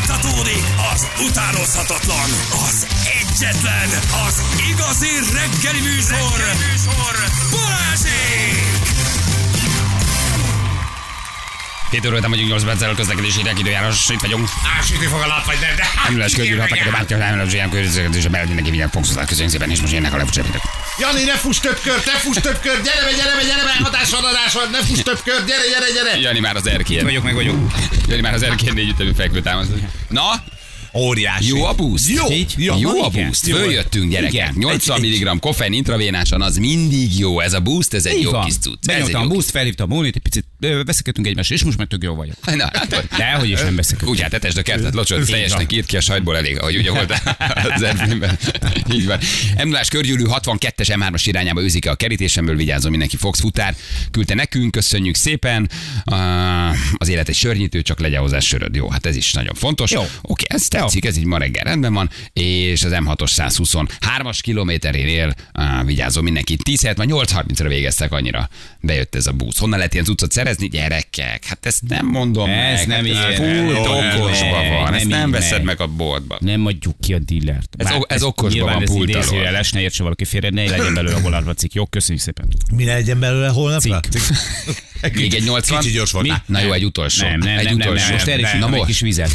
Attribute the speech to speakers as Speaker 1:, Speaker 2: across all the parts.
Speaker 1: Fújtatódik az utánozhatatlan, az egyetlen, az igazi reggeli műsor, reggeli műsor. Balázsék!
Speaker 2: 7 óra után vagyunk 8 perccel a közlekedési hírek időjárás, itt vagyunk.
Speaker 3: Ásítni fog a nap, vagy nem, de...
Speaker 4: hát
Speaker 2: Nem lesz hát könyvülhat, aki a bántja, nem lesz ilyen közlekedés, a mellett mindenki vigyel fogszózás köszönjük szépen, és most jönnek a legfősebbek.
Speaker 3: Jani, ne fuss több kört, ne fuss több kört, gyere be, gyere be, gyere be, hatás van, adás van, ne fuss több kört, gyere, gyere, gyere.
Speaker 2: Jani már az erkélyen. Vagyok, meg vagyok. Jani már az erkélyen négy ütemű fekvő támaszt. Na,
Speaker 3: Óriási.
Speaker 2: jó a boost?
Speaker 3: Jó.
Speaker 2: Így?
Speaker 3: Ja,
Speaker 2: jó
Speaker 3: na
Speaker 2: a
Speaker 3: igen.
Speaker 2: boost.
Speaker 3: Jó.
Speaker 2: Följöttünk, gyerekek.
Speaker 5: Igen.
Speaker 2: 80
Speaker 5: Egy- egy-
Speaker 2: mg koffein intravénásan az mindig jó. Ez a boost, ez egy
Speaker 5: Így
Speaker 2: jó
Speaker 5: van.
Speaker 2: kis cucc. Ez egy
Speaker 5: Benyomtam a
Speaker 2: jó kis-
Speaker 5: buszt, felhívtam a Mónit, egy picit ö, veszekedtünk egymásra, és most már tök jó vagyok.
Speaker 2: Na, hát,
Speaker 5: Dehogy is nem veszekedtünk.
Speaker 2: Úgy hát etesd a kertet, locsod, teljesnek írt ki a sajtból elég, ahogy ugye volt az erfényben. Így van. Emlás körgyűrű 62-es M3-as irányába őzik a kerítésemből, vigyázzon mindenki, Fox futár. Küldte nekünk, köszönjük szépen. Ah, Az élet egy sörnyítő, csak legyen hozzá söröd. Jó, hát ez is nagyon fontos.
Speaker 5: Jó.
Speaker 2: Oké, ez tetszik, ez így ma reggel rendben van. És az M6-os 123-as kilométerén él, ah, vigyázzon mindenki. 10 8.30-ra végeztek annyira. Bejött ez a busz. Honnan lehet ilyen cuccot szerezni? Gyerekek, hát ezt nem mondom
Speaker 5: Ez
Speaker 2: meg.
Speaker 5: nem
Speaker 2: hát
Speaker 5: ilyen.
Speaker 2: Full
Speaker 5: Jó,
Speaker 2: okosba
Speaker 5: nem,
Speaker 2: van. Ezt
Speaker 5: nem
Speaker 2: nem
Speaker 5: így
Speaker 2: veszed
Speaker 5: megy.
Speaker 2: meg a boltba.
Speaker 5: Nem adjuk ki a dealert.
Speaker 2: Ez o- ez okosban
Speaker 5: nyilván
Speaker 2: van
Speaker 5: ez
Speaker 2: pult
Speaker 5: idézőjeles,
Speaker 2: alól.
Speaker 5: ne értse valaki félre, ne legyen belőle a hollandba cikk. Jó, köszönjük szépen.
Speaker 6: Mi legyen belőle holnapra?
Speaker 2: Még egy 80.
Speaker 3: Kicsi gyors volt.
Speaker 2: Mi? Na jó, egy utolsó.
Speaker 5: Nem, nem,
Speaker 2: egy
Speaker 5: nem, nem,
Speaker 2: utolsó.
Speaker 5: nem, most erre
Speaker 2: Na
Speaker 5: is egy
Speaker 2: most.
Speaker 5: kis vizet.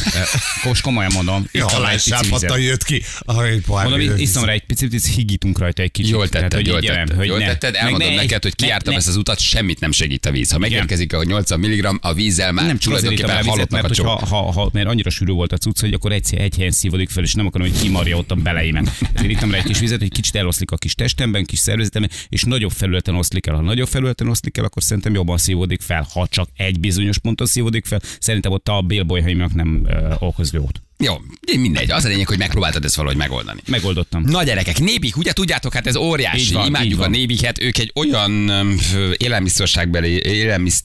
Speaker 5: Kos, komolyan mondom.
Speaker 3: Jó,
Speaker 5: iszom rá egy pici
Speaker 3: sápadtan
Speaker 5: vizet.
Speaker 3: jött ki. Ah, egy pohár
Speaker 5: Mondom,
Speaker 3: vizet
Speaker 5: itt iszom
Speaker 3: iszom.
Speaker 5: rá egy picit, picit higítunk rajta egy kicsit.
Speaker 2: Jól tetted,
Speaker 5: Tehát, Hát, hogy
Speaker 2: jól
Speaker 5: így,
Speaker 2: tetted,
Speaker 5: nem, hogy
Speaker 2: jól
Speaker 5: ne.
Speaker 2: tetted.
Speaker 5: Meg
Speaker 2: Elmondom
Speaker 5: ne-
Speaker 2: neked, hogy
Speaker 5: ne-
Speaker 2: kiártam
Speaker 5: ne-
Speaker 2: ezt az utat, semmit nem segít a víz. Ha megérkezik a 80 mg, a vízzel már
Speaker 5: nem
Speaker 2: nem
Speaker 5: csak azért írtam
Speaker 2: tulajdonképpen
Speaker 5: rá vizet,
Speaker 2: halottnak a
Speaker 5: mert, hogy
Speaker 2: csók.
Speaker 5: ha, ha, ha, mert annyira sűrű volt a cucc, hogy akkor egyszer egy helyen szívodik fel, és nem akarom, hogy kimarja ott a beleimet. Ezért írtam rá egy kis vizet, hogy kicsit eloszlik a kis testemben, kis szervezetemben, és nagyobb felületen oszlik el. Ha nagyobb felületen oszlik el, akkor szerintem jobban szívódik fel. Ha csak egy bizonyos ponton szívódik fel, szerintem ott a bélbolyhaimnak nem ö, okoz jót.
Speaker 2: Jó, mindegy. Az a lényeg, hogy megpróbáltad ezt valahogy megoldani.
Speaker 5: Megoldottam.
Speaker 2: Na gyerekek, nébik, ugye tudjátok, hát ez óriási.
Speaker 5: Így van, így
Speaker 2: Imádjuk a
Speaker 5: van.
Speaker 2: nébiket, ők egy olyan öm, f- élelmiszerságbeli, élelmiszer...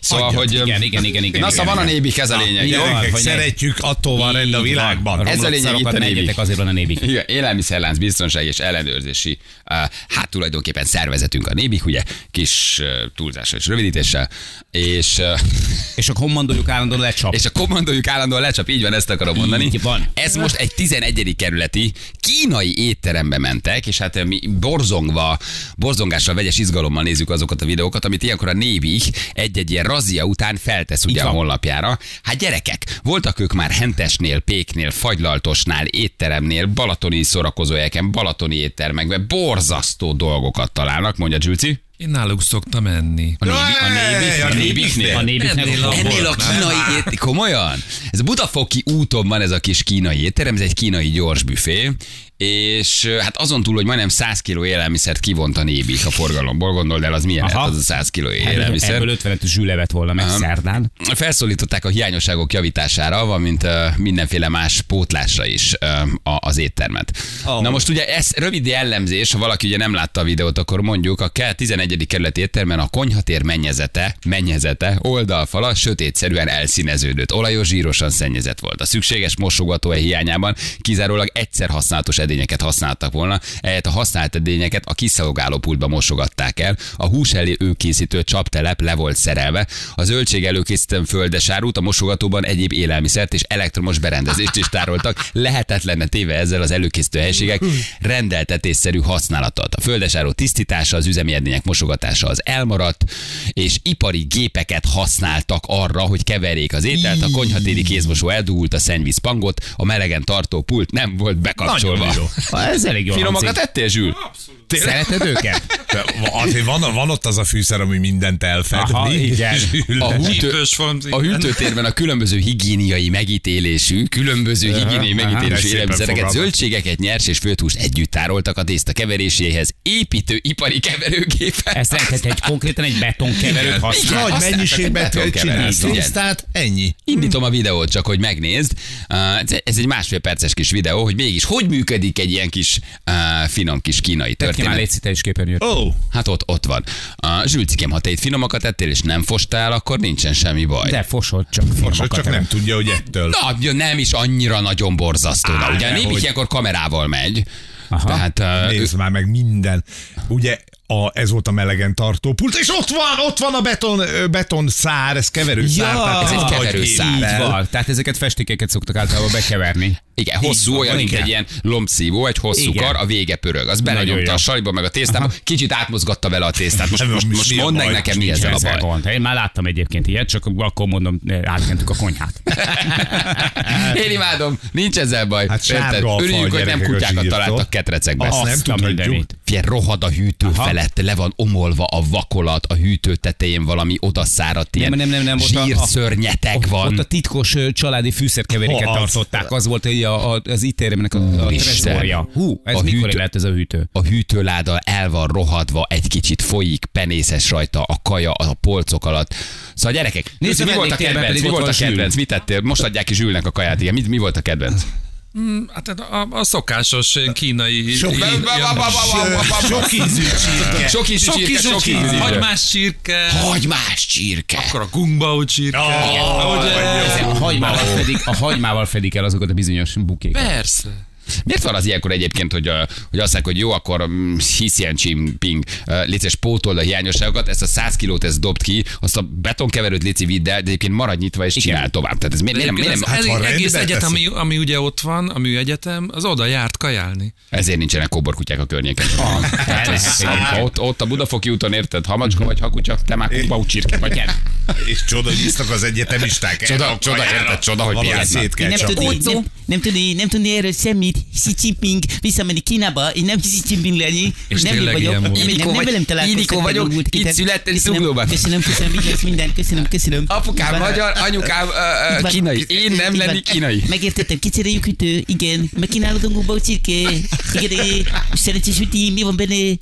Speaker 2: Szóval,
Speaker 5: Adjad.
Speaker 2: hogy... öm,
Speaker 5: Igen, igen, igen, igen,
Speaker 2: Na,
Speaker 5: igen,
Speaker 2: szóval van a
Speaker 5: igen.
Speaker 2: nébik, ez a
Speaker 5: Na,
Speaker 2: lényeg.
Speaker 5: így
Speaker 2: Jó?
Speaker 5: van.
Speaker 3: Gyerekek,
Speaker 5: Hogy ne-
Speaker 3: szeretjük, attól van rend a világban.
Speaker 2: Ez a lényeg, itt a
Speaker 5: itt
Speaker 2: névig.
Speaker 5: egyetek, azért van a névig.
Speaker 2: Igen, élelmiszerlánc, biztonság és ellenőrzési. uh, Hát tulajdonképpen szervezetünk a nébik, ugye, kis uh, túlzással és rövidítéssel, és, uh,
Speaker 5: És akkor mondjuk állandóan lecsap.
Speaker 2: és a kommandójuk állandóan lecsap, így van, ezt akarom mondani.
Speaker 5: Így van.
Speaker 2: Ez most egy 11. kerületi kínai étterembe mentek, és hát mi borzongva, borzongással, vegyes izgalommal nézzük azokat a videókat, amit ilyenkor a névig egy-egy ilyen razia után feltesz ugye a
Speaker 5: van.
Speaker 2: honlapjára. Hát gyerekek, voltak ők már Hentesnél, Péknél, Fagylaltosnál, étteremnél, balatoni szórakozóhelyeken, balatoni éttermekben borzasztó dolgokat találnak, mondja Gyulci.
Speaker 4: Én náluk szoktam enni.
Speaker 2: A névi, a
Speaker 3: Jaj,
Speaker 2: névi,
Speaker 3: a
Speaker 2: a
Speaker 3: nébiknél.
Speaker 2: nébiknél.
Speaker 5: A nébiknek
Speaker 4: Ennél
Speaker 5: a
Speaker 4: a-
Speaker 2: Ennél a
Speaker 4: Volt, nem?
Speaker 2: kínai étterem, komolyan? Ez a Budafoki úton van ez a kis kínai étterem, ez egy kínai gyors büfé, és ö, hát azon túl, hogy majdnem 100 kg élelmiszert kivont a nébik a forgalomból, gondold el, az milyen
Speaker 5: Aha.
Speaker 2: lehet az a 100 kg élelmiszer.
Speaker 5: Hát, Ebből 55 zsülevet volna meg szerdán.
Speaker 2: Felszólították a hiányosságok javítására, valamint ö, mindenféle más pótlásra is ö, a- az éttermet. Oh. Na most ugye ez rövid jellemzés, ha valaki ugye nem látta a videót, akkor mondjuk a Kel 11. kerületi éttermen a konyhatér mennyezete, mennyezete, oldalfala sötétszerűen elszíneződött. Olajos, zsírosan szennyezett volt. A szükséges mosogató hiányában kizárólag egyszer használatos edényeket használtak volna, ehhez a használt edényeket a kiszolgáló pultba mosogatták el, a hús elé őkészítő csaptelep le volt szerelve, a zöldség előkészítő földesárút, a mosogatóban egyéb élelmiszert és elektromos berendezést is tároltak, lehetetlenne téve ezzel az előkészítő helységek rendeltetésszerű használatot. A földesáró tisztítása, az üzemi edények mosogatása az elmaradt, és ipari gépeket használtak arra, hogy keverjék az ételt, a konyhatéri kézmosó eldugult a szennyvíz pangot, a melegen tartó pult nem volt bekapcsolva.
Speaker 5: Ez elég jó.
Speaker 2: Finomakat
Speaker 5: hangzik.
Speaker 2: ettél, Zsül?
Speaker 5: Szereted őket?
Speaker 3: Azért van, van ott az a fűszer, ami mindent elfed.
Speaker 5: Aha, igen.
Speaker 2: A hűtő,
Speaker 4: Csípős van,
Speaker 2: a hűtőtérben a különböző higiéniai megítélésű, különböző higiéniai
Speaker 3: ez
Speaker 2: megítélésű
Speaker 3: szépen
Speaker 2: élelmiszereket,
Speaker 3: fogalmaz.
Speaker 2: zöldségeket, nyers és főtúst együtt tároltak a tészta keveréséhez, építő ipari keverőgépet.
Speaker 5: Ez tehát egy konkrétan egy betonkeverőt használ.
Speaker 2: Igen,
Speaker 3: Nagy
Speaker 2: használtak egy
Speaker 3: mennyiségben
Speaker 2: beton
Speaker 3: tudod csinálni.
Speaker 2: keverőt, igen.
Speaker 3: Tisztát, ennyi.
Speaker 2: Indítom a videót csak, hogy megnézd. Uh, ez- Ez egy másfél perces kis videó, hogy mégis hogy működik egy ilyen kis uh, finom kis kínai
Speaker 5: Ki már
Speaker 2: történet.
Speaker 5: létszik teljes képernyőt.
Speaker 3: Ó, oh,
Speaker 2: Hát ott, ott van. A zsülcikem, ha te itt finomakat ettél és nem fostál, akkor nincsen semmi baj.
Speaker 5: De fosod csak.
Speaker 3: most
Speaker 5: finomakat
Speaker 3: csak
Speaker 5: el.
Speaker 3: nem tudja, hogy ettől.
Speaker 2: Na, ugye nem is annyira nagyon borzasztó. Á, ugye a
Speaker 3: dehogy.
Speaker 2: népik ilyenkor kamerával megy.
Speaker 5: Aha.
Speaker 2: Tehát, ö,
Speaker 3: Nézd már meg minden. Ugye a, ez volt a melegen tartó pult, és ott van, ott van a beton, ö, beton szár, ez keverő szár. tehát
Speaker 2: ez egy
Speaker 3: valahogy
Speaker 2: keverő
Speaker 3: így
Speaker 2: szár.
Speaker 3: van.
Speaker 5: Így van. Tehát ezeket festékeket szoktak általában bekeverni.
Speaker 2: Igen, hosszú, olyan, mint
Speaker 5: igen.
Speaker 2: egy ilyen lombszívó, egy hosszú
Speaker 5: Igen.
Speaker 2: kar, a vége pörög. Az belenyomta
Speaker 5: jó.
Speaker 2: a saliba, meg a tésztába, kicsit átmozgatta vele a tésztát. Most, most, most mondd meg nekem, mi ezzel a
Speaker 5: Nincs
Speaker 2: baj.
Speaker 5: gond. Én már láttam egyébként ilyet, csak akkor mondom, átkentük a konyhát.
Speaker 2: Én imádom, nincs ezzel baj.
Speaker 3: Hát sárga
Speaker 2: Érted?
Speaker 3: a fal,
Speaker 2: Örüljünk, hogy nem
Speaker 3: gyerekek,
Speaker 2: kutyákat
Speaker 3: az írtó.
Speaker 2: találtak ketrecekbe.
Speaker 3: Azt nem
Speaker 5: Azt a
Speaker 3: tudhatjuk.
Speaker 5: mindenit.
Speaker 2: Figyelj, rohad a hűtő Aha. felett, le van omolva a vakolat, a hűtő tetején valami odaszáradt ilyen
Speaker 5: Nem, nem, nem, nem, ott a-
Speaker 2: zsírszörnyetek
Speaker 5: Ott-
Speaker 2: van.
Speaker 5: Ott a titkos ö, családi fűszerkeveréket
Speaker 3: Ha, az-
Speaker 5: tartották. Az volt egy a, a, az ítéremnek a, a
Speaker 2: Úristen.
Speaker 5: trezorja. Hú, ez
Speaker 2: A
Speaker 5: a mikor
Speaker 2: hűtő-
Speaker 5: lett ez a hűtő?
Speaker 2: a hűtőláda el van rohadva, egy kicsit folyik, penészes rajta a kaja a polcok alatt. Szóval gyerekek, nézzük, mi
Speaker 5: a
Speaker 2: volt a
Speaker 5: vendégtérben
Speaker 2: kedvenc,
Speaker 5: pedig
Speaker 2: mi
Speaker 5: ott
Speaker 2: volt a
Speaker 5: van Zsül.
Speaker 2: kedvenc, mit tettél? Most adják ki Zsülnek a kaját, igen, mi, mi volt a kedvenc?
Speaker 4: Hát a, a szokásos kínai...
Speaker 3: Sok ízű csirke.
Speaker 5: Eh,
Speaker 2: Sok ízű
Speaker 4: Sok
Speaker 2: csirke, sok ízű.
Speaker 4: hagymás csirke,
Speaker 2: Hagymás csirke.
Speaker 4: akkor a gungbao csirke.
Speaker 5: Ez a hagymával fedik, a hagymával fedik el azokat a bizonyos bukékat.
Speaker 4: Persze.
Speaker 2: Miért van az ilyenkor egyébként, hogy, ö, hogy azt mondják, hogy jó, akkor mm, hisz ilyen Jinping, ö, léces pótold a hiányosságokat, ezt a 100 kilót ezt dobd ki, azt a betonkeverőt léci vidd el, de egyébként maradj nyitva és csinál tovább. Tehát ez miért, miért, nem- miért,
Speaker 4: Ez
Speaker 2: nem-
Speaker 4: ez
Speaker 3: ha
Speaker 4: egy
Speaker 3: rendben
Speaker 4: egész egyet,
Speaker 3: teszik.
Speaker 4: ami, ami ugye ott van, a műegyetem, az oda járt kajálni.
Speaker 2: Ezért nincsenek kóborkutyák a környéken. Hát
Speaker 5: lehet,
Speaker 2: ez-
Speaker 5: igen.
Speaker 2: ha ott, ott a Budafoki úton érted, hamacska vagy hakutya, te már kukba csirke vagy nem.
Speaker 3: És csoda, hogy isznak az egyetemisták.
Speaker 2: Csoda, csoda, érted, csoda, hogy
Speaker 3: Valahogy
Speaker 2: pihennek.
Speaker 3: szét kell
Speaker 7: nem
Speaker 3: csapni.
Speaker 7: tudni, nem, nem, tudni, nem tudni erről semmit. Xi Jinping visszamenni Kínába, én nem Xi Jinping lenni.
Speaker 4: És
Speaker 7: nem én
Speaker 4: tényleg ilyen
Speaker 7: vagyok.
Speaker 4: volt.
Speaker 7: Nem, nem,
Speaker 2: Ildikó
Speaker 7: nem
Speaker 2: vagy-
Speaker 7: velem
Speaker 2: Ildikó
Speaker 7: találkoztak.
Speaker 2: vagyok,
Speaker 7: a múlt
Speaker 2: itt
Speaker 7: héten.
Speaker 2: születtem
Speaker 7: Köszönöm,
Speaker 2: Zuglóban.
Speaker 7: Köszönöm, köszönöm, így lesz minden. Köszönöm, köszönöm.
Speaker 2: Apukám
Speaker 7: Így van.
Speaker 2: magyar, anyukám ö,
Speaker 7: Így
Speaker 2: ö,
Speaker 7: van.
Speaker 2: kínai. Én nem
Speaker 7: Így van.
Speaker 2: lenni kínai.
Speaker 7: Megértettem, kicseréljük ütő, igen. Megkínálod a gumba a csirke. Igen, eh, szerencsés üti, mi van benne?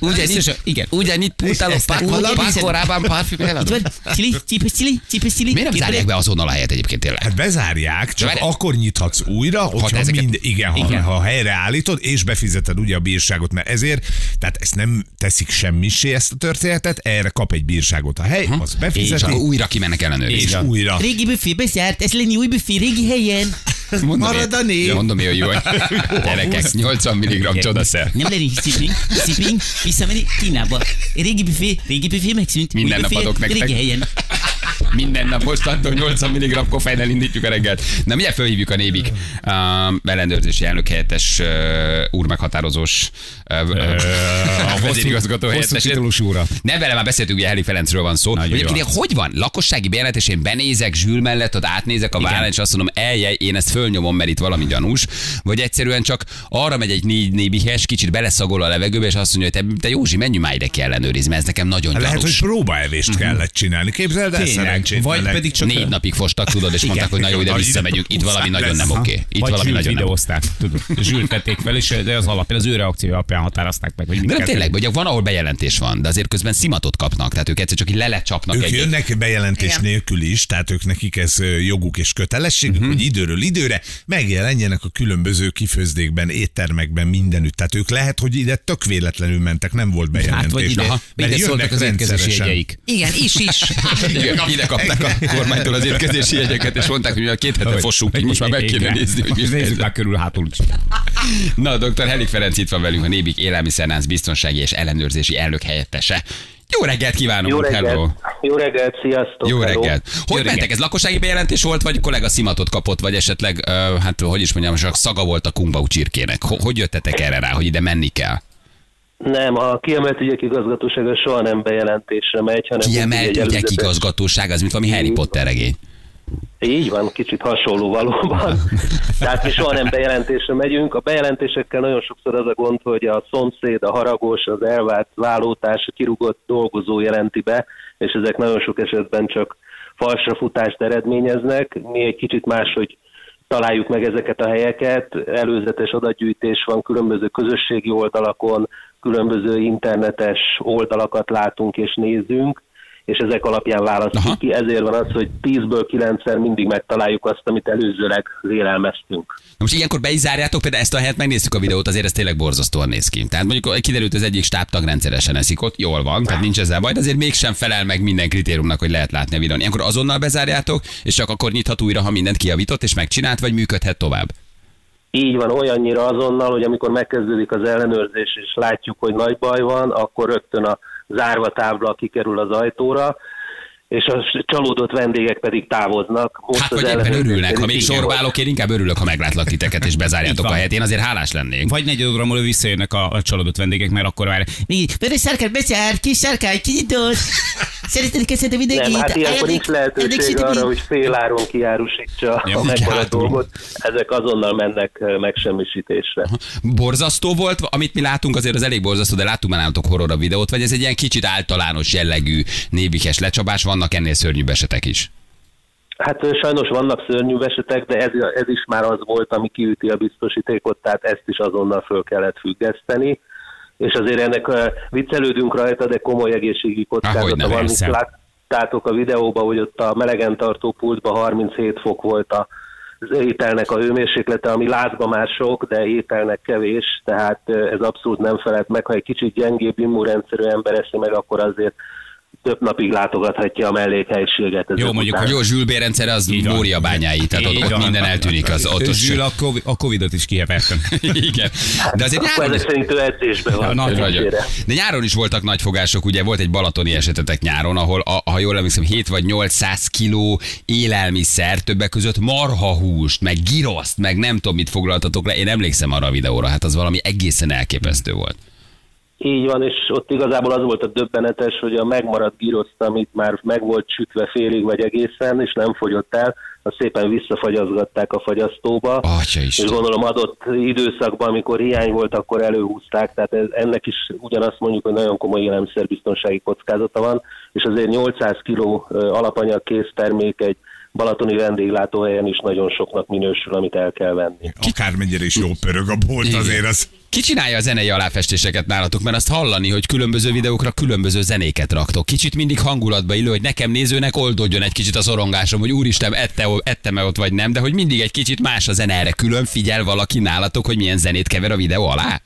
Speaker 2: Ugyanis, igen. Ugyanígy putálok
Speaker 7: valami?
Speaker 2: pákorában
Speaker 7: Itt
Speaker 2: parfüm
Speaker 7: van, csili, csípes csili, csípes csili.
Speaker 2: Miért nem zárják be azonnal a helyet egyébként tényleg?
Speaker 3: Hát bezárják, csak
Speaker 2: várj-
Speaker 3: akkor nyithatsz újra, hogyha
Speaker 2: ezeket-
Speaker 3: mind, igen, ha, igen. ha helyreállítod, és befizeted ugye a bírságot, mert ezért, tehát ezt nem teszik semmisé ezt a történetet, erre kap egy bírságot a hely, az
Speaker 2: És
Speaker 3: befizeti,
Speaker 2: akkor újra kimennek
Speaker 3: és
Speaker 2: ellenőrizni.
Speaker 3: újra.
Speaker 7: Régi büfé bezárt, ez lenni új büfé, régi helyen.
Speaker 2: Mondom én-
Speaker 3: marad a név.
Speaker 2: Mondom én, hogy jó. Gyerekek, 80 mg csodaszer.
Speaker 7: Nem lenni Xiping, Xiping, visszamenni Kínába. Régi büfé, régi büfé megszűnt. új
Speaker 2: Minden nap
Speaker 7: büfé,
Speaker 2: adok nektek.
Speaker 7: Régi helyen.
Speaker 2: Minden nap mostantól 80 mg koffeinnel indítjuk a reggelt. Na, mindjárt fölhívjuk a nébik. Um, ellenőrzési elnök helyettes uh, úr meghatározós uh, uh, vezérigazgató
Speaker 5: Hosszú
Speaker 2: helyettes.
Speaker 5: titulus úra.
Speaker 3: Hát
Speaker 2: Nem vele már beszéltünk, ugye Heli Ferencről van szó. Hogy
Speaker 5: jó.
Speaker 2: egyébként hogy van? Lakossági bejelentés, én benézek zsűl mellett, ott átnézek a vállán, és azt mondom, eljej, én ezt fölnyomom, mert itt valami gyanús. Vagy egyszerűen csak arra megy egy négy nébihes, kicsit beleszagol a levegőbe, és azt mondja, hogy te, te Józsi, menjünk már ide ki ellenőrizni, mert ez nekem nagyon gyanús.
Speaker 3: Lehet, hogy próbaevést kellett csinálni, képzeld el szerencsét.
Speaker 5: Vagy pedig csak...
Speaker 2: Négy napig fostak, tudod, és mondták, hogy na jó, ide
Speaker 3: Nagy
Speaker 2: visszamegyünk, itt
Speaker 3: utcán
Speaker 2: valami nagyon
Speaker 3: lesz.
Speaker 2: nem oké. Itt
Speaker 5: vagy
Speaker 2: valami nagyon
Speaker 5: Zsült
Speaker 2: nem oké.
Speaker 5: videózták, tudod. Zsült tették fel, és de az alapján, az ő reakció alapján határozták meg, hogy mit
Speaker 2: De nem
Speaker 5: kell
Speaker 2: tényleg,
Speaker 5: tenni.
Speaker 2: hogy van, ahol bejelentés van, de azért közben szimatot kapnak, tehát ők egyszer csak így lelecsapnak
Speaker 3: Ők
Speaker 2: egy
Speaker 3: jönnek bejelentés Igen. nélkül is, tehát ők nekik ez ö, joguk és kötelességük,
Speaker 5: Mhm.
Speaker 3: uh-huh. hogy időről időre megjelenjenek a különböző kifőzdékben, éttermekben, mindenütt. Tehát ők lehet, hogy ide tök véletlenül mentek, nem volt bejelentés.
Speaker 5: Hát vagy ide,
Speaker 3: Aha. Mert
Speaker 5: ide szóltak
Speaker 3: jönnek
Speaker 5: az étkezési
Speaker 3: rendszeresen.
Speaker 5: jegyeik.
Speaker 7: Igen, is, is.
Speaker 2: Igen, ide kapták a kormánytól az érkezési jegyeket, és mondták, hogy a két hete fossunk, így most már meg kéne
Speaker 5: Igen.
Speaker 2: nézni, hogy mi
Speaker 5: Most
Speaker 2: is
Speaker 5: Nézzük
Speaker 2: ez.
Speaker 5: már körül hátul is.
Speaker 2: Na, dr. Helik Ferenc itt van velünk, a Nébik Élelmiszernánc biztonsági és ellenőrzési elnök helyettese. Jó reggelt kívánok!
Speaker 8: Jó
Speaker 2: Hello.
Speaker 8: reggelt, jó reggelt, sziasztok!
Speaker 2: Jó
Speaker 8: hello.
Speaker 2: reggelt. Hogy mentek? Ez lakossági bejelentés volt, vagy kollega szimatot kapott, vagy esetleg, ö, hát hogy is mondjam, csak szaga volt a kumbau csirkének. Ho- Hogy jöttetek erre rá, hogy ide menni
Speaker 5: Hát,
Speaker 2: kell?
Speaker 8: Nem, a kiemelt ügyek igazgatósága soha nem bejelentésre megy, hanem mindig
Speaker 2: Kiemelt
Speaker 8: egy
Speaker 2: ügyek
Speaker 8: előzetes-
Speaker 2: igazgatóság, az mint valami Harry Potter regény.
Speaker 8: Így van, kicsit hasonló valóban. Tehát mi soha nem bejelentésre megyünk. A bejelentésekkel nagyon sokszor az a gond, hogy a szomszéd, a haragos, az elvált vállótárs, a kirúgott dolgozó jelenti be, és ezek nagyon sok esetben csak falsra futást eredményeznek. Mi egy kicsit máshogy találjuk meg ezeket a helyeket. Előzetes adatgyűjtés van különböző közösségi oldalakon, különböző internetes oldalakat látunk és nézünk, és ezek alapján választjuk
Speaker 2: Aha.
Speaker 8: ki. Ezért van az, hogy 10-ből 9-szer mindig megtaláljuk azt, amit előzőleg vélelmeztünk.
Speaker 2: Na most ilyenkor be is zárjátok, például ezt a helyet megnéztük a videót, azért ez tényleg borzasztóan néz ki. Tehát mondjuk kiderült, az egyik stábtag rendszeresen eszik ott, jól van, tehát nincs ezzel baj, de azért mégsem felel meg minden kritériumnak, hogy lehet látni a videón. Ilyenkor azonnal bezárjátok, és csak akkor nyithat újra, ha mindent kijavított és megcsinált, vagy működhet tovább.
Speaker 8: Így van, olyannyira azonnal, hogy amikor megkezdődik az ellenőrzés, és látjuk, hogy nagy baj van, akkor rögtön a zárva tábla kikerül az ajtóra, és a csalódott vendégek pedig távoznak. Most
Speaker 2: Hát
Speaker 8: az
Speaker 2: vagy éppen
Speaker 8: ellenőrzés
Speaker 2: örülnek, ha
Speaker 8: pedig
Speaker 2: még
Speaker 8: igen,
Speaker 2: sorbálok, én inkább örülök, ha meglátlak titeket és
Speaker 5: Így
Speaker 2: bezárjátok
Speaker 5: van.
Speaker 2: a helyet. Én azért hálás lennék.
Speaker 5: Vagy negyed óra múlva visszajönnek a, a csalódott vendégek, mert akkor már
Speaker 7: Még vörös sárkány beszár, kis sárkány, kinyitott. Szeretnék köszönni mindenkit.
Speaker 8: Nem, hát ilyenkor
Speaker 7: Ajándék-
Speaker 8: nincs lehetőség
Speaker 7: ajándék
Speaker 8: arra,
Speaker 7: sütemény.
Speaker 8: hogy féláron kiárusítsa
Speaker 5: Ja,
Speaker 8: a
Speaker 5: úgy
Speaker 8: megmaradt
Speaker 5: hátul.
Speaker 8: dolgot. Ezek azonnal mennek eh, megsemmisítésre.
Speaker 2: Borzasztó volt, amit mi látunk, azért az elég borzasztó, de láttunk már nálatok horror a videót, vagy ez egy ilyen kicsit általános jellegű nébihes lecsapás, vannak ennél szörnyűbb esetek is.
Speaker 8: Hát ö, sajnos vannak szörnyű esetek, de ez, ez is már az volt, ami kiüti a biztosítékot, tehát ezt is azonnal föl kellett függeszteni. És azért ennek ö, viccelődünk rajta, de komoly egészségi
Speaker 2: Ahogy
Speaker 8: kockázata
Speaker 2: nem,
Speaker 8: van. Itt
Speaker 2: persze.
Speaker 8: Láttátok a videóban, hogy ott a melegen tartó pultban 37 fok volt a az ételnek a hőmérséklete, ami látva már sok, de ételnek kevés, tehát ö, ez abszolút nem felelt meg. Ha egy kicsit gyengébb immunrendszerű ember eszi meg, akkor azért több napig látogathatja a mellékhelységet. ezek
Speaker 5: Jó, mondjuk,
Speaker 8: után.
Speaker 5: hogy
Speaker 2: Jó, Jules Bérendszer az
Speaker 5: Így van.
Speaker 2: Mória bányái, tehát ott,
Speaker 5: Így
Speaker 2: ott
Speaker 5: van.
Speaker 2: minden eltűnik az ott. ott
Speaker 5: Zsül, a, COVID, a Covidot is kihevertem.
Speaker 2: Igen. De azért
Speaker 8: Akkor
Speaker 2: nyáron is,
Speaker 8: ezek szerint ő edzésben van.
Speaker 5: nagy
Speaker 2: nagyon.
Speaker 8: szerencsére.
Speaker 2: De nyáron is voltak nagy fogások, ugye volt egy balatoni esetetek nyáron, ahol, a, ha jól emlékszem, 7 vagy 800 kiló élelmiszer, többek között marhahúst, meg giroszt, meg nem tudom, mit foglaltatok le. Én emlékszem arra a videóra, hát az valami egészen elképesztő volt.
Speaker 8: Így van, és ott igazából az volt a döbbenetes, hogy a megmaradt gíroszt, amit már meg volt sütve félig vagy egészen, és nem fogyott el, azt szépen visszafagyazgatták a fagyasztóba.
Speaker 2: Atya
Speaker 8: és
Speaker 2: Isten.
Speaker 8: gondolom adott időszakban, amikor hiány volt, akkor előhúzták, tehát ez, ennek is ugyanazt mondjuk, hogy nagyon komoly élelmiszerbiztonsági kockázata van, és azért 800 kiló ö, alapanyag késztermék egy balatoni vendéglátóhelyen is nagyon soknak minősül, amit el kell venni.
Speaker 3: Akármennyire is jó pörög a bolt,
Speaker 2: Igen.
Speaker 3: azért az
Speaker 2: Ki csinálja a zenei aláfestéseket nálatok? Mert azt hallani, hogy különböző videókra különböző zenéket raktok. Kicsit mindig hangulatba illő, hogy nekem nézőnek oldódjon egy kicsit a szorongásom, hogy úristen, ette, ettem-e ott vagy nem, de hogy mindig egy kicsit más a zene erre. Külön figyel valaki nálatok, hogy milyen zenét kever a videó alá?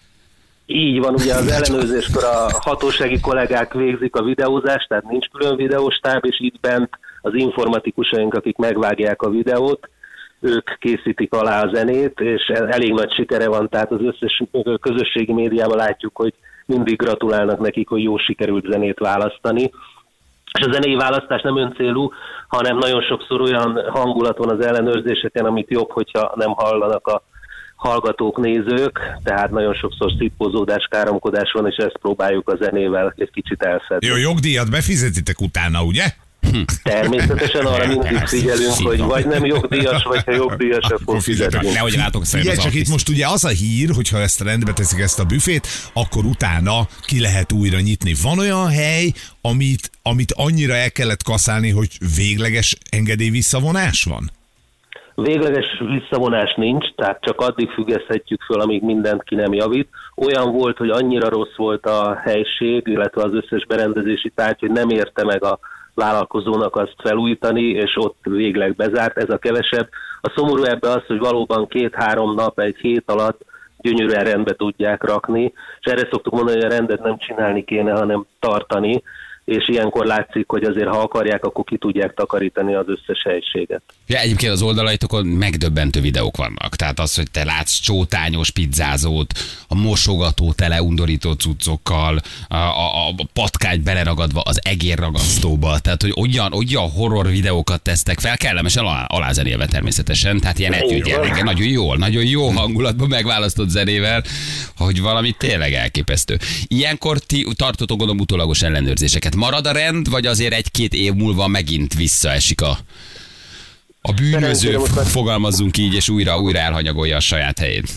Speaker 8: Így van, ugye az ellenőrzéskor a hatósági kollégák végzik a videózást, tehát nincs külön videóstáb, és itt bent az informatikusaink, akik megvágják a videót, ők készítik alá a zenét, és el- elég nagy sikere van, tehát az összes ö, közösségi médiában látjuk, hogy mindig gratulálnak nekik, hogy jó sikerült zenét választani. És a zenei választás nem öncélú, hanem nagyon sokszor olyan hangulat van az ellenőrzéseken, amit jobb, hogyha nem hallanak a hallgatók, nézők, tehát nagyon sokszor szippozódás, káromkodás van, és ezt próbáljuk a zenével egy kicsit elszedni.
Speaker 3: jó jogdíjat befizetitek utána, ugye?
Speaker 8: Természetesen arra mindig figyelünk, hogy vagy nem jogdíjas, vagy ha jogdíjas, akkor fizetünk.
Speaker 5: Nehogy rátok
Speaker 3: Ugye,
Speaker 5: szerint az
Speaker 3: csak itt
Speaker 5: artiszt.
Speaker 3: most ugye az a hír, hogy ha ezt rendbe teszik ezt a büfét, akkor utána ki lehet újra nyitni. Van olyan hely, amit, amit annyira el kellett kaszálni, hogy végleges engedély visszavonás van?
Speaker 8: Végleges visszavonás nincs, tehát csak addig függeszthetjük föl, amíg mindent ki nem javít. Olyan volt, hogy annyira rossz volt a helység, illetve az összes berendezési tárgy, hogy nem érte meg a vállalkozónak azt felújítani, és ott végleg bezárt, ez a kevesebb. A szomorú ebbe az, hogy valóban két-három nap, egy hét alatt gyönyörűen rendbe tudják rakni, és erre szoktuk mondani, hogy a rendet nem csinálni kéne, hanem tartani, és ilyenkor látszik, hogy azért ha akarják, akkor ki tudják takarítani az összes helységet.
Speaker 2: Ja, egyébként az oldalaitokon megdöbbentő videók vannak. Tehát az, hogy te látsz csótányos pizzázót, a mosogató tele undorító cuccokkal, a, a, a patkány beleragadva az egérragasztóba. Tehát, hogy olyan, olyan horror videókat tesztek fel, kellemesen alá, alázenélve természetesen. Tehát ilyen együtt jelleggel. Nagyon jól, nagyon jó hangulatban megválasztott zenével, hogy valami tényleg elképesztő. Ilyenkor ti tartotok gondolom utólagos ellenőrzéseket. Marad a rend, vagy azért egy-két év múlva megint visszaesik a a bűnöző,
Speaker 8: Szerencsére most már-
Speaker 2: fogalmazzunk így, és újra, újra elhanyagolja a saját helyét.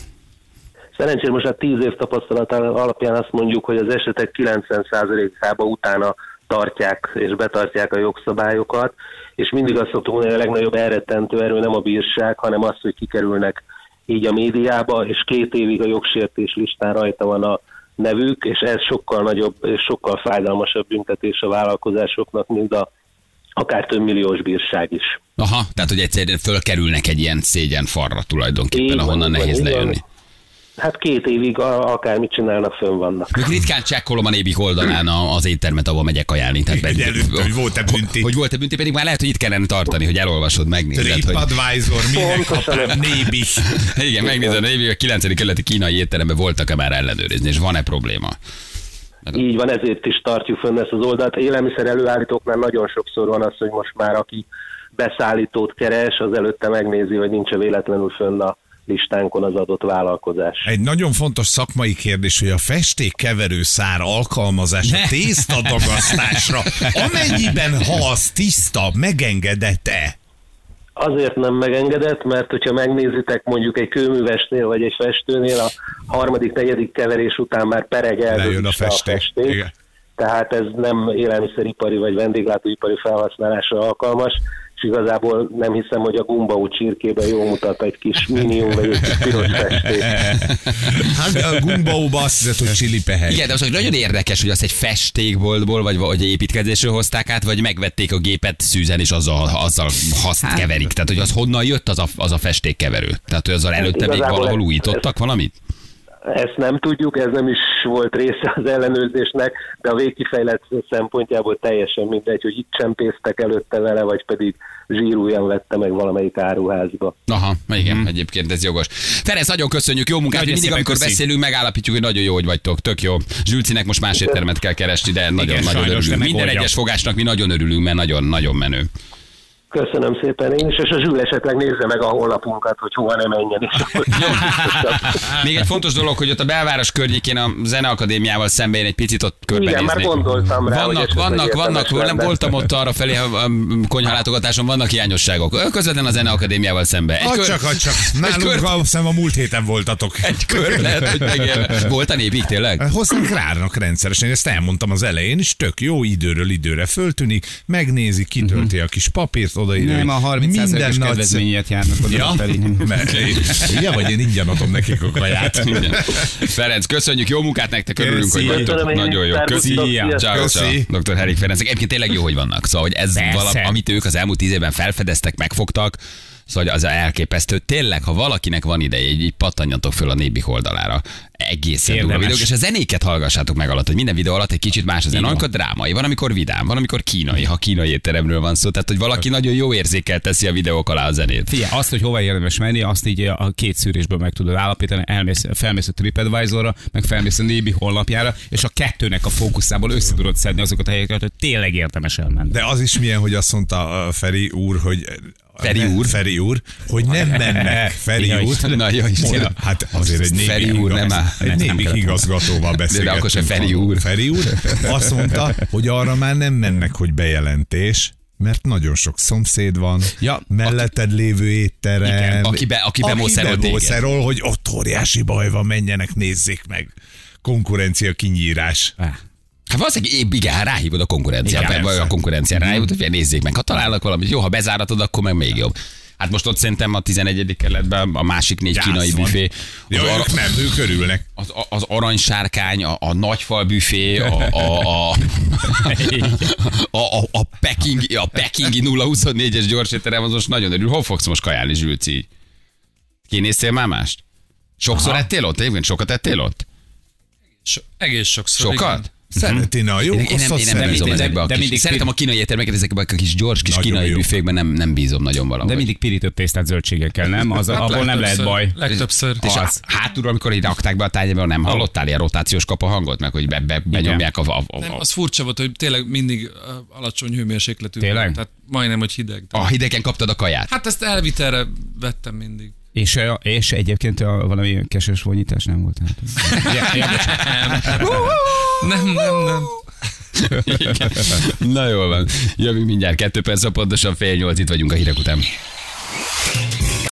Speaker 8: Szerencsére most már 10 év tapasztalat alapján azt mondjuk, hogy az esetek 90%-ában utána tartják és betartják a jogszabályokat, és mindig azt szoktuk mondani, hogy a legnagyobb elrettentő erő nem a bírság, hanem az, hogy kikerülnek így a médiába, és két évig a jogsértés listán rajta van a nevük, és ez sokkal nagyobb és sokkal fájdalmasabb büntetés a vállalkozásoknak, mint a akár több milliós bírság is.
Speaker 2: Aha, tehát hogy egyszerűen fölkerülnek egy ilyen szégyen farra tulajdonképpen,
Speaker 8: Így van,
Speaker 2: ahonnan
Speaker 8: így van,
Speaker 2: nehéz
Speaker 8: így van.
Speaker 2: lejönni.
Speaker 8: Hát két évig a- akármit csinálnak, fönn vannak.
Speaker 2: Még ritkán csekkolom a nébik oldalán a- az éttermet, ahol megyek ajánlni. Tehát
Speaker 3: Egy
Speaker 2: pedig-
Speaker 3: előtt, hogy volt-e bünti.
Speaker 2: Hogy volt-e bünti, pedig már lehet, hogy itt kellene tartani, hogy elolvasod, megnézed, hogy...
Speaker 3: TripAdvisor, minek
Speaker 8: Pontosan.
Speaker 3: kapál, nébi.
Speaker 2: Igen, megnézed, hogy a 9. kerületi kínai étteremben voltak-e már ellenőrizni, és van-e probléma?
Speaker 8: Így van, ezért is tartjuk fönn ezt az oldalt. Élelmiszer előállítóknál nagyon sokszor van az, hogy most már aki beszállítót keres, az előtte megnézi, hogy nincs-e véletlenül fönn a listánkon az adott vállalkozás.
Speaker 3: Egy nagyon fontos szakmai kérdés, hogy a festékkeverő szár alkalmazása tésztadagasztásra, amennyiben ha az tiszta, megengedete?
Speaker 8: Azért nem megengedett, mert hogyha megnézitek mondjuk egy kőművesnél vagy egy festőnél, a harmadik, negyedik keverés után már pereg
Speaker 3: Lejön
Speaker 8: elvözik
Speaker 3: a
Speaker 8: a
Speaker 3: festék.
Speaker 8: festék.
Speaker 3: Igen.
Speaker 8: Tehát ez nem élelmiszeripari vagy vendéglátóipari felhasználásra alkalmas, és igazából nem hiszem, hogy a gumbaú csirkében jól mutat egy kis minium vagy egy kis piros festék.
Speaker 3: Hát a gumbaóba azt hiszed, hogy csili pehely.
Speaker 2: Igen, de most hogy nagyon érdekes, hogy azt egy festékboltból, vagy, vagy építkezésről hozták át, vagy megvették a gépet szűzen, és azzal, azzal haszt
Speaker 7: Hát-
Speaker 2: keverik. Tehát, hogy az honnan jött az a, az a festékkeverő? Tehát, hogy azzal előtte még
Speaker 8: igazából
Speaker 2: valahol
Speaker 8: ez-
Speaker 2: újítottak valamit?
Speaker 8: Ezt nem tudjuk, ez nem is volt része az ellenőrzésnek, de a végkifejlett szempontjából teljesen mindegy, hogy itt csempésztek előtte vele, vagy pedig zsírújan vette meg valamelyik áruházba.
Speaker 2: Aha, igen, hmm. egyébként ez jogos. Ferenc, nagyon köszönjük, jó munkát,
Speaker 5: Mhm. Nagyon
Speaker 2: mindig
Speaker 5: szépen
Speaker 2: amikor
Speaker 5: köszi.
Speaker 2: beszélünk, megállapítjuk, hogy nagyon jó, hogy vagytok, tök jó. Zsülcinek most más éttermet kell keresni, de nagyon-nagyon
Speaker 5: sajnos, de
Speaker 2: örülünk. Minden
Speaker 5: megoldja.
Speaker 2: egyes fogásnak mi nagyon örülünk, mert nagyon-nagyon menő.
Speaker 8: Köszönöm szépen én is, és a Zsül esetleg nézze meg a honlapunkat, hogy hova ne menjen, és akkor biztosabb.
Speaker 2: Még egy fontos dolog, hogy ott a belváros környékén a zeneakadémiával szemben én egy picit ott körbenéznék.
Speaker 8: Igen, már gondoltam rá, hogy
Speaker 2: vannak,
Speaker 8: esetleg
Speaker 2: vannak,
Speaker 8: érdemes
Speaker 2: vannak, nem
Speaker 8: lenne.
Speaker 2: voltam ott arra felé a a konyhalátogatáson, vannak hiányosságok. Ö, Közvetlen a zeneakadémiával szemben. Egy
Speaker 3: Hadd
Speaker 2: kör-
Speaker 3: csak, hadd csak. Nálunk
Speaker 2: kör-
Speaker 3: a szem a múlt héten voltatok.
Speaker 2: Egy kör lehet, hogy megérne. Volt a népig tényleg?
Speaker 3: Hozzánk rárnak rendszeresen, ezt elmondtam az elején is, tök jó, időről időre föltűnik, megnézi, kitölti a kis papírt, odaírja,
Speaker 5: Mhm. Nem, a
Speaker 3: hogy
Speaker 5: 30
Speaker 3: nagy-
Speaker 5: os kedvezményet járnak oda
Speaker 3: Ja,
Speaker 5: felé.
Speaker 3: mert, ugye, vagy én ingyen adom nekik a kaját.
Speaker 2: Igen. Ferenc, köszönjük, jó munkát nektek, örülünk, hogy
Speaker 3: Köszi.
Speaker 2: vagytok.
Speaker 8: Köszönöm én
Speaker 2: Nagyon
Speaker 8: is,
Speaker 2: jó.
Speaker 8: szervusztok,
Speaker 2: Köszi.
Speaker 8: sziasztok.
Speaker 2: Ciao, ciao.
Speaker 3: Köszi.
Speaker 2: Dr. Herik Ferencek. Egyébként tényleg jó, hogy vannak. Szóval, hogy ez
Speaker 5: Persze.
Speaker 2: valami, amit ők az elmúlt tíz évben felfedeztek, megfogtak, Szóval hogy az elképesztő. Tényleg, ha valakinek van ideje, így, így pattanjatok föl a Nébih oldalára. Egészen durva
Speaker 5: Érdemes.
Speaker 2: videók. És a zenéket hallgassátok meg alatt, hogy minden videó alatt egy kicsit más az zene. Amikor drámai, van, amikor vidám, van, amikor kínai, ha kínai étteremről van szó. Tehát, hogy valaki nagyon jó érzékel teszi a videók alá a zenét.
Speaker 5: Figyelj, azt, hogy hova érdemes menni, azt így a két szűrésből meg tudod állapítani, elmész, felmész a TripAdvisor-ra, meg felmész a Nébi honlapjára, és a kettőnek a fókuszából össze tudod szedni azokat a helyeket, hogy tényleg érdemes elmenni.
Speaker 3: De az is milyen, hogy azt mondta a Feri úr, hogy
Speaker 2: Feri úr?
Speaker 3: Feri úr, hogy nem mennek Feri
Speaker 5: Ja,
Speaker 3: úr.
Speaker 2: Istenem, na, ja, Istenem.
Speaker 3: Mondom, Hát azért egy népi,
Speaker 2: Feri úr,
Speaker 3: igaz-
Speaker 2: nem áll.
Speaker 3: egy
Speaker 2: Nem, nem
Speaker 3: népi
Speaker 2: kellett
Speaker 3: igazgatóval beszélgettünk.
Speaker 2: akkor se Feri úr.
Speaker 3: Feri úr azt mondta, hogy arra már nem mennek, hogy bejelentés, mert nagyon sok szomszéd van,
Speaker 2: Ja,
Speaker 3: melletted lévő étterem.
Speaker 2: Igen, aki be- aki bemószerol téged.
Speaker 3: bemószerol, hogy ott óriási baj van, menjenek, nézzék meg. Konkurencia kinyírás.
Speaker 5: Ah,
Speaker 2: Hát valószínűleg épp, igen, ráhívod a konkurenciát,
Speaker 5: Igen,
Speaker 2: vagy vagy a konkurenciára
Speaker 4: Mhm.
Speaker 2: ráhívod, hogy nézzék meg, ha találnak valamit, jó, ha bezáratod, akkor meg még jobb. Hát most ott szerintem a 11. kerületben a másik négy
Speaker 3: Gyász
Speaker 2: kínai
Speaker 3: van.
Speaker 2: büfé, az,
Speaker 3: Ja,
Speaker 2: ar-
Speaker 3: ők nem, ők örülnek.
Speaker 2: az, az aranysárkány, a, a nagyfal büfé, a, a, a, a, a, a, pekingi, a pekingi 024-es gyorsétterem, az most nagyon örül. Hol fogsz most kajálni, Zsülci? Kinéztél már mást? Sokszor Aha. ettél ott? Egyébként sokat ettél ott?
Speaker 4: So, egész sokszor.
Speaker 2: Sokat?
Speaker 4: igen.
Speaker 3: Szereti, na Hát jó,
Speaker 2: Hm. Én, én nem,
Speaker 3: azt
Speaker 2: én nem bízom
Speaker 3: szeretem.
Speaker 2: ezekbe a
Speaker 5: de
Speaker 2: kis,
Speaker 5: mindig-
Speaker 2: Szeretem a kínai éttermeket, ezekbe a kis gyors kis
Speaker 3: Nagyon
Speaker 2: kínai
Speaker 3: jó.
Speaker 2: büfékben nem, nem bízom nagyon valahogy.
Speaker 5: De mindig pirítőbb tésztát zöldségekkel, nem? Az,
Speaker 4: Hát
Speaker 5: abból nem lehet
Speaker 4: legtöbbször-
Speaker 5: baj.
Speaker 4: Legtöbbször.
Speaker 2: és a, hátulról, Hát, amikor így rakták be a tányérba, nem hallottál ilyen rotációs kapa hangot, meg hogy be, be, benyomják a, a, a,
Speaker 4: Nem,
Speaker 2: a,
Speaker 4: az furcsa volt, hogy tényleg mindig ö, alacsony hőmérsékletű. volt,
Speaker 5: Tényleg?
Speaker 4: Tehát majdnem, hogy hideg. De.
Speaker 2: a hidegen kaptad a kaját.
Speaker 4: Hát ezt elvitelre vettem mindig.
Speaker 5: És, ö, és egyébként a, valami keses vonyítás nem volt. Hát. Ja, ja, bocsánat.
Speaker 4: Nem, nem, nem.
Speaker 2: Igen. Na jól van. Jövünk mindjárt kettő perc, a pontosan fél nyolc, itt vagyunk a hírek után.